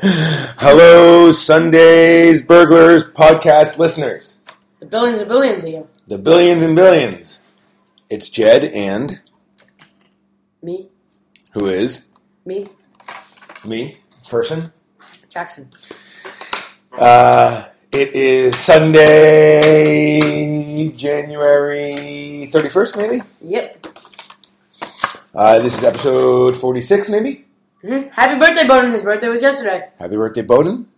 Hello, Sundays, burglars, podcast listeners, The billions and billions of you. the billions and billions. It's Jed and Me, who is me, me, person. Jackson. Uh, it is Sunday, January 31st, maybe. Yep. Uh, this is episode 46, maybe. hmm Happy birthday, Bowden. His birthday was yesterday. Happy birthday, Bowden.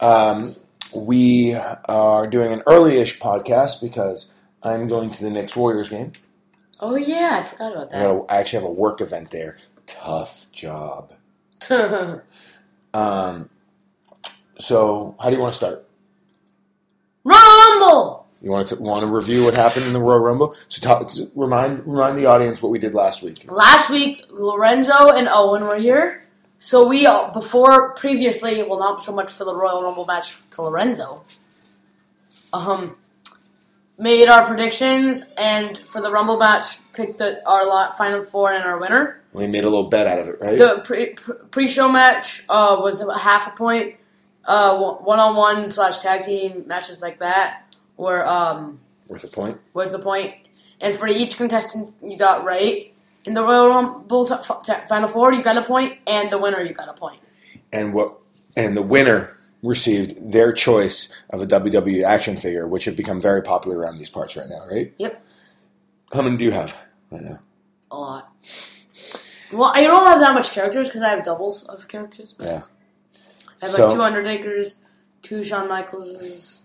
Um, we are doing an early ish podcast because I'm going to the Knicks Warriors game. Oh, yeah, I forgot about I, gotta, I actually have a work event there. Tough job. that. Um, so, how do you want to start? Rumble! You want to want to review what happened in the Royal Rumble? So, talk, remind remind the audience what we did last week. Last week, Lorenzo and Owen were here. So we, all- before, previously, well, not so much for the Royal Rumble match to Lorenzo, um, made our predictions and for the Rumble match, picked the, our lot, final four and our winner. We made a little bet out of it, right? The pre, pre show match uh, was a half a point. Uh, One on one slash tag team matches like that were um, Worth a point. was the point. And for each contestant you got right in the Royal Rumble t- t- Final Four, you got a point, and the winner you got a point. And what? And the winner received their choice of a WWE action figure, which have become very popular around these parts right now, right? Yep, How many do you have right now? a lot. Well, I don't have that much characters because I have doubles of characters. But Yeah. I have So- like two Undertakers, two Shawn Michaelses.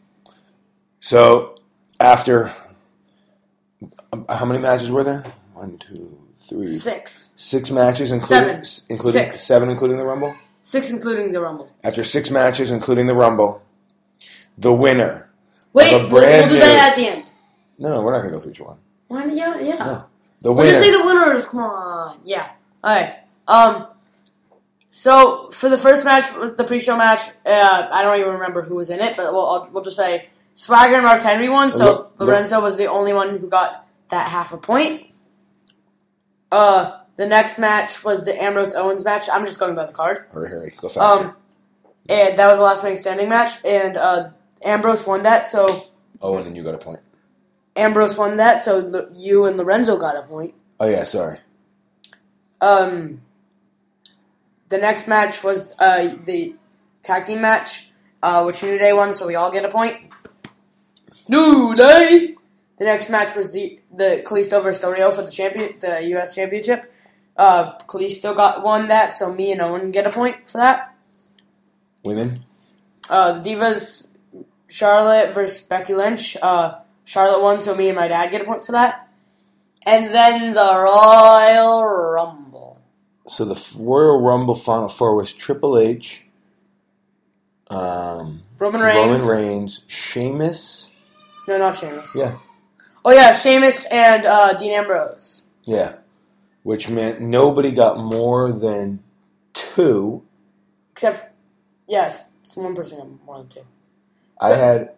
So after um, how many matches were there? One, two, three, Six. six matches, including Seven. s- including Six. seven, including the Rumble. Six including the Rumble. After six matches, including the Rumble, the winner. Wait, a we'll, we'll brand do new- that at the end. No, no, we're not going to go through each one. Why, yeah, yeah. No. The We'll winner. just say the winners. Come on, yeah. All right. Um. So for the first match, the pre-show match, uh, I don't even remember who was in it, but we'll I'll, we'll just say Swagger and Mark Henry won. So Lo- Lo- Lorenzo was the only one who got that half a point. Uh, the next match was the Ambrose Owens match. I'm just going by the card. Hurry, hurry, go faster. Um, and that was the last man standing match, and uh, Ambrose won that. So Owen and you got a point. Ambrose won that. So Lo- you and Lorenzo got a point. Oh yeah, sorry. Um, the next match was uh, the tag team match, uh, which New Day won, so we all get a point. New Day. The next match was the the Kalisto versus Del Rio for the champion, the U.S. Championship. Uh, Kalisto got won that, so me and Owen get a point for that. Women. Uh, the Divas, Charlotte versus Becky Lynch. Uh, Charlotte won, so me and my dad get a point for that. And then the Royal Rumble. So the f- Royal Rumble Final Four was Triple H, um, Roman Reigns. Roman Reigns, Sheamus. No, not Sheamus. Yeah. Oh yeah, Sheamus and uh, Dean Ambrose. Yeah. Which meant nobody got more than two. Except, yes, it's one person got more than two. I So- had.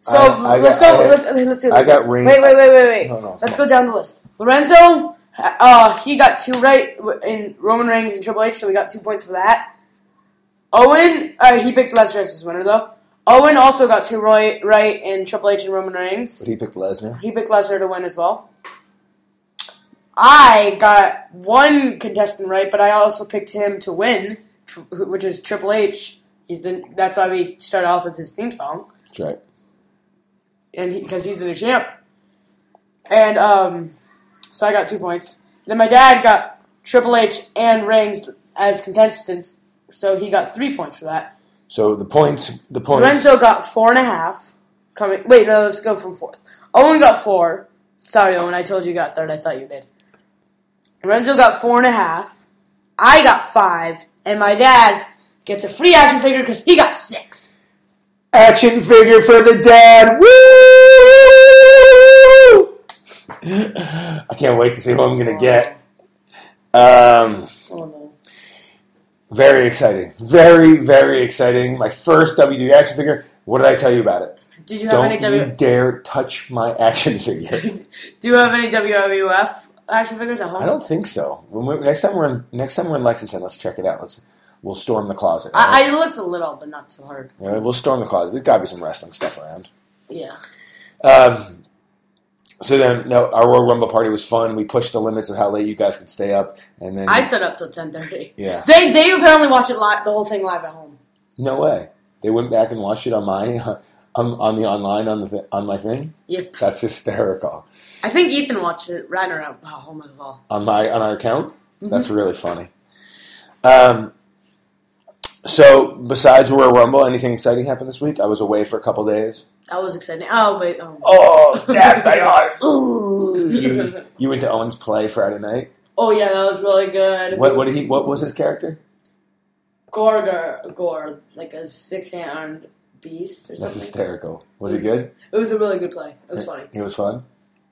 So I- I let's got- go. I- let's, okay, let's do. I this. got Uh-huh. ring- Wait, wait, wait, wait, wait. No, no, let's go down the list. Lorenzo, uh, he got two right w- in Roman Reigns and Triple H, so we got two points for that. Owen, uh, he picked Lesnar as his winner though. Owen also got two right, right in Triple H and Roman Reigns. But he picked Lesnar. He picked Lesnar to win as well. I got one contestant right, but I also picked him to win, tr- which is Triple H. He's the, that's why we start off with his theme song, That's right. and because he's the new champ. And um, so I got two points. Then my dad got Triple H and Reigns as contestants, so he got three points for that. So the points. The points. Lorenzo got four and a half. Coming. Wait, no, let's go from fourth. Owen got four. Sorry, Owen. I told you you got third. I thought you did. Lorenzo got four and a half. I got five, and my dad gets a free action figure because he got six. Action figure for the dad. Woo! I can't wait to see who I'm gonna get. Um, Oh no. very exciting. Very very exciting. My first WWE action figure. What did I tell you about it? Did you have Don't any you w- dare touch my action figure. Do you have any WWF action figures at home? I don't think so. When we, next time we're in, next time we're in Lexington, let's check it out. Let's We'll storm the closet. I, I looked a little, but not too hard. All right, we'll storm the closet. There's got to be some wrestling stuff around. Yeah. Um, so then, no, our Royal Rumble party was fun. We pushed the limits of how late you guys could stay up, and then I stood up till 10.30. yeah, They, they apparently watch it live, the whole thing live at home. no way. They went back and watched it on my on, on the online on the thi- on my thing. Yep. That's hysterical. I think Ethan watched it right around, oh, oh my god. On my on our account, that's really funny. Um, so besides Royal Rumble, anything exciting happened this week? I was away for a couple days. That was exciting. Oh, wait. Um, Oh, stabbed my heart. Ooh. You, you went to Owen's play Friday night. oh, yeah, that was really good. What what did he? What was his character? Gorger, Gore, like a six-hand beast or That's something. hysterical. Was it good? It was a really good play. It was funny. It was fun.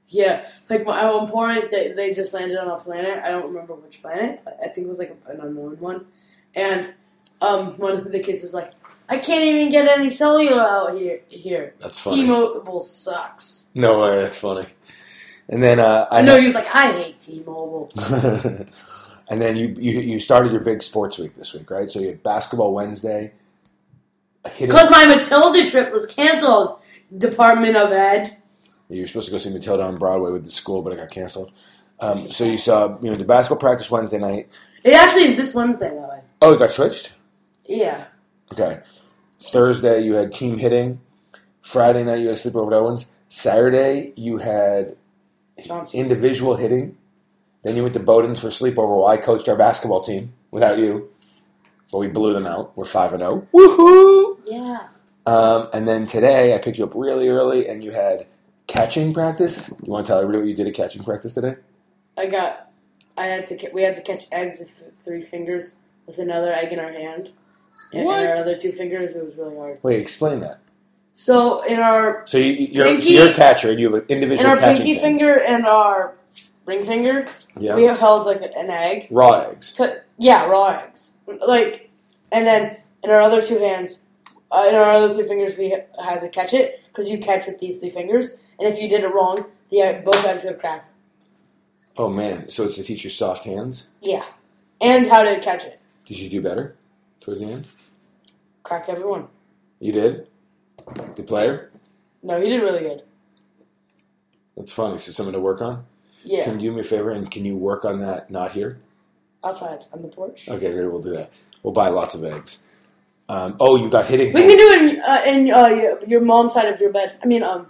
Yeah, like at one point they, they just landed on a planet. I don't remember which planet. I think it was like an unknown one. And um, one of the kids was like, "I can't even get any cellular out here. Here, That's T-Mobile sucks." No way, that's funny. And then uh, I I know he was like, "I hate T-Mobile." and then you, you you started your big sports week this week, right? So you had basketball Wednesday. Hitting, Because my Matilda trip was canceled. Department of Ed. you were supposed to go see Matilda on Broadway with the school, but it got canceled. Um, so you saw you know the basketball practice Wednesday night. It actually is this Wednesday that way. Oh, it got switched. Yeah. Okay. Thursday you had team hitting. Friday night you had sleepover at Owens. Saturday you had Johnson. individual hitting. Then you went to Bowden's for sleepover while I coached our basketball team without you. But we blew them out. We're 5 and 0. Woohoo! Yeah. Um, and then today I picked you up really early and you had catching practice. You want to tell everybody what you did at catching practice today? I got. I had to. ca- We had to catch eggs with th- three fingers, with another egg in our hand, and, What? and our other two fingers. It was really hard. Wait, explain that. So in our So, you, you're, so Pinky- you're a catcher and you have an in individual our catching pinky thing. finger and our ring finger, Yeah. we held like an egg. Raw eggs. Cut- Yeah, raw eggs. Like, and then in our other two hands, uh, in our other three fingers, we ha- had to catch it because you catch with these three fingers, and if you did it wrong, the egg, both eggs would crack. Oh man, so it's to teach you soft hands? Yeah, and how to catch it Did you do better towards the end? cracked everyone. You did? The player? No, you did really good. That's funny. So something to work on? Yeah. Can you do me a favor and can you work on that not here? outside on the porch. Okay, maybe we'll do that. We'll buy lots of eggs. Um, oh, you got hitting. We can do it in, uh, in uh, your, your mom's side of your bed. I mean, um,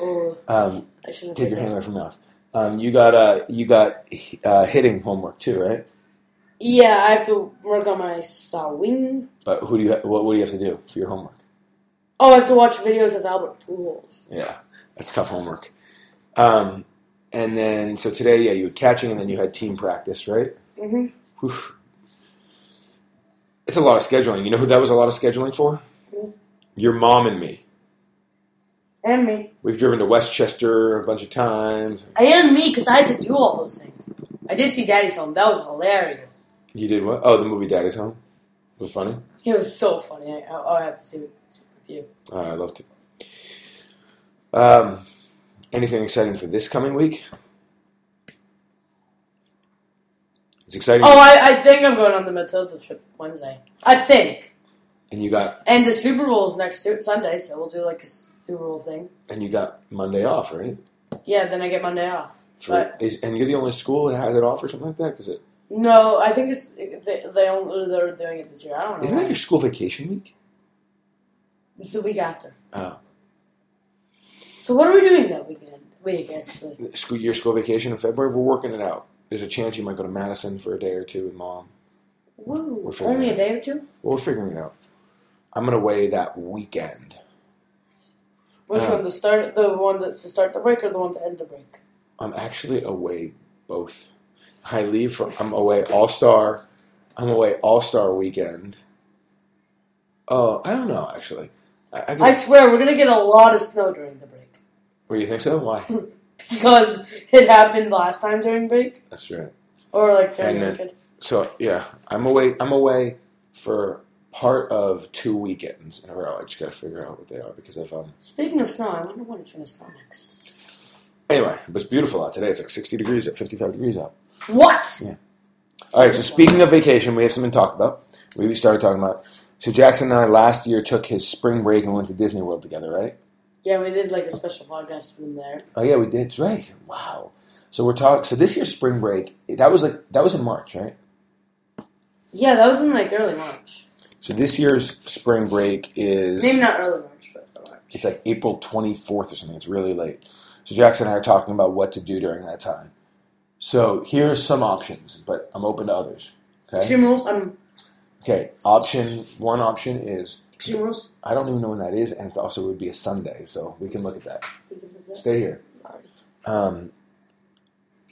oh, um, I shouldn't take have your said hand that. away from your mouth. Um, you got uh, you got uh, hitting homework too, right? Yeah, I have to work on my sewing. But who do you ha- what, what do you have to do for your homework? Oh, I have to watch videos of Albert Pools. Yeah, that's tough homework. Um, and then so today, yeah, you had catching, and then you had team practice, right? hmm Whew. It's a lot of scheduling. You know who that was a lot of scheduling for? Who? Your mom and me. And me. We've driven to Westchester a bunch of times. And me, because I had to do all those things. I did see Daddy's Home. That was hilarious. You did what? Oh, the movie Daddy's Home was funny. It was so funny. I, oh, I, I have to see it with you. Uh, I loved it. Um, anything exciting for this coming week? It's exciting, Oh, I, I think I'm going on the Matilda trip Wednesday. I think. and you got And the Super Bowl is next su- Sunday, so we'll do like a Super Bowl thing. and you got Monday off, right? Yeah, then I get Monday off. For- Right. is- and you're the only school that has it off or something like that. Cause it, No, I think it's they, they only they're doing it this year. I don't know. isn't that your school vacation week? It's the week after. Oh, So what are we doing that weekend? Week actually. school your school vacation in February. We're working it out. There's a chance you might go to Madison for a day or two with mom. We're Woo! figuring Only it a day or two. Well, we're figuring it out. I'm gonna weigh that weekend. Which Uh. one? The start, the one that's to start the break, or the one to end the break? I'm actually away both. I leave for I'm away All Star. I'm away All Star weekend. Oh, I don't know actually. I, I I guess, swear we're gonna get a lot of snow during the break well, you think so? Why? because it happened last time during break That's right. or like during And the then- weekend. So yeah, I'm away. I'm away for part of two weekends in a row. I just got to figure out what they are because if um. Speaking of snow, I wonder when it's gonna snow next. Anyway, it was beautiful out today. It's like 60 degrees at 55 degrees out. What? Yeah. All right. So speaking of vacation, we have something to talk about. We started talking about. So Jackson and I last year took his spring break and went to Disney World together, right? Yeah, we did like a special podcast from there. Oh yeah, we did. That's right. Wow. So we're talking. So this year's spring break that was like that was in March, right? Yeah, that was in like early March. So this year's spring break is Maybe not early March, but the March. it's like April 24th or something. It's really late. So Jackson and I are talking about what to do during that time. So here are some options, but I'm open to others. Okay. Extreme rules. Um, Okay. Option one option is extreme rules. I don't even know when that is, and it's also would be a Sunday, so we can look at that. Stay here. Um,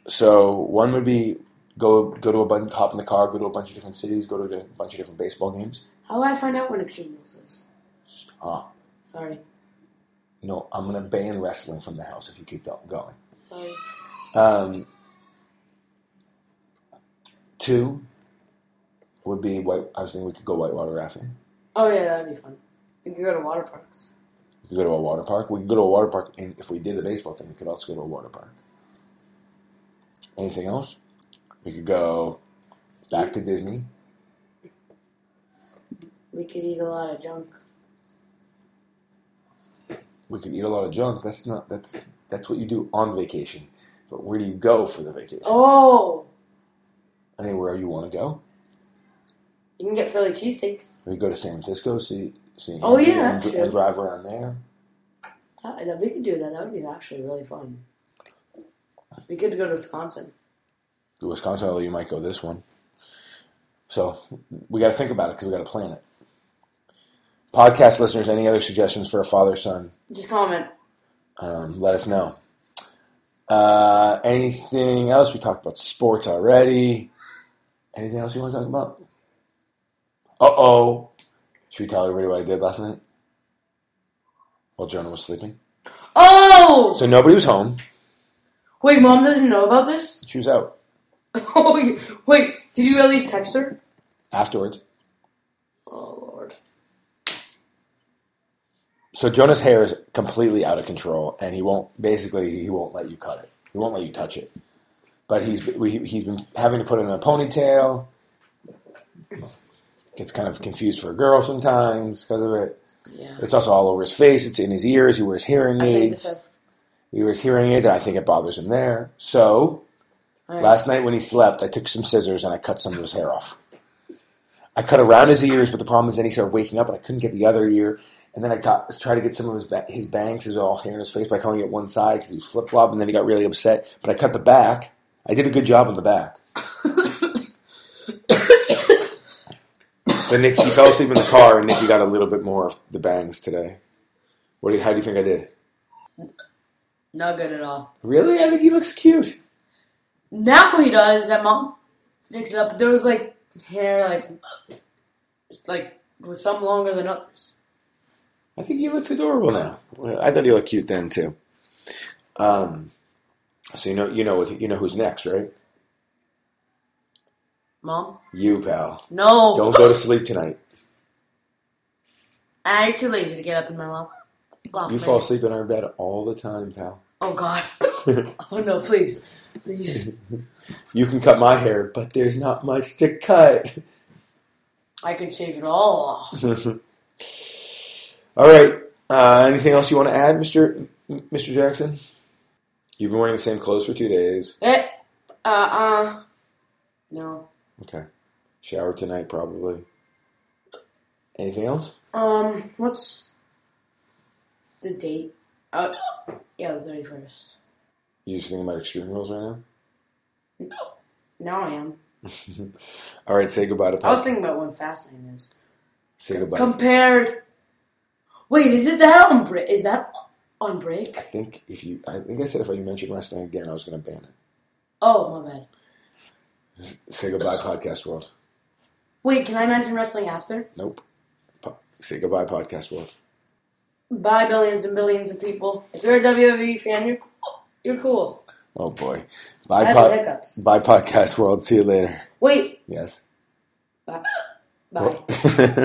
so one would be go go to a bunch, hop in the car, go to a bunch of different cities, go to a bunch of different baseball games. How do I find out when extreme rules is? Ah, Sorry, no, I'm gonna ban wrestling from the house if you keep go- going. sorry. Um, two would be white. I was thinking we could go whitewater rafting. Oh yeah, that'd be fun. We could go to water parks. We could go to a water park. We could go to a water park, and if we did the baseball thing, we could also go to a water park. Anything else? We could go back to Disney. We could eat a lot of junk. we could eat a lot of junk. That's not that's that's what you do on vacation. But where do you go for the vacation? Oh, Anywhere you want to go? you can get Philly cheesesteaks. We go to San Francisco, see see Oh, yeah, and- that's and, true. drive around there. That, that- we could do that. That would be actually really fun. We could go to Wisconsin. Go to Wisconsin, although you might go this one. So we got to think about it because we got to plan it. Podcast listeners, any other suggestions for a father son? Just comment. Um, let us know. Uh, anything else? We talked about sports already. Anything else you want to talk about? Uh oh. Should we tell everybody what I did last night? While Jonah was sleeping. Oh! So nobody was home. Wait, mom doesn't know about this? She was out Oh, yeah. wait, did you at least text her? afterwards. Oh, Lord. So Jonah's hair is completely out of control, and he won't. Basically, he won't let you cut it. He won't let you touch it. But he's we, he's been having to put it in a ponytail. Gets kind of confused for a girl sometimes because of it. Yeah. It's also all over his face. It's in his ears. He wears hearing I think the aids. fifth. He wears hearing aids, and I think it bothers him there. So All right. last night when he slept, I took some scissors and I cut some of his hair off. I cut around his ears, but the problem is then he started waking up, and I couldn't get the other ear. And then I got tried to get some of his ba- his bangs, his all hair in his face by calling it one side because he was flip flop, and then he got really upset. But I cut the back. I did a good job on the back. so Nick, he fell asleep in the car, and Nikki got a little bit more of the bangs today. What do you, how do you think I did? Not good at all. Really? I think he looks cute. Now he does, that mom fixed it up. There was like hair, like, like, was some longer than others. I think he looks adorable now. Well, I thought he looked cute then too. Um, so you know, you know, what- you know who's next, right? Mom? You, pal. No. Don't go to sleep tonight. I'm too lazy to get up in my lap. lap You man. fall asleep in our bed all the time, pal. Oh, God. oh, no, please. Please. You can cut my hair, but there's not much to cut. I can shave it all off. All right. Uh, anything else you want to add, Mister Mister Jackson? You've been wearing the same clothes for two days. Eh, uh, uh. No. Okay. Shower tonight, probably. Anything else? Um, what's the date? Uh, yeah, the 31st. You just thinking about extreme rules right now? Now I am. All right, say goodbye to I was Pop. thinking about when Fastlane is. Say goodbye. Compared. Wait, is it that on break? Is that on break? I think if you, I think I said if you mentioned wrestling again, I was going to ban it. Oh, my bad. S- Say goodbye, podcast world. Wait, can I mention wrestling after? Nope. Po- say goodbye, podcast world. Bye, billions and billions of people. If you're a WWE fan, you're cool. You're cool. Oh boy. I Bye, had the pod, hiccups. bye, podcast world. See you later. Wait. Yes. Bye. Bye.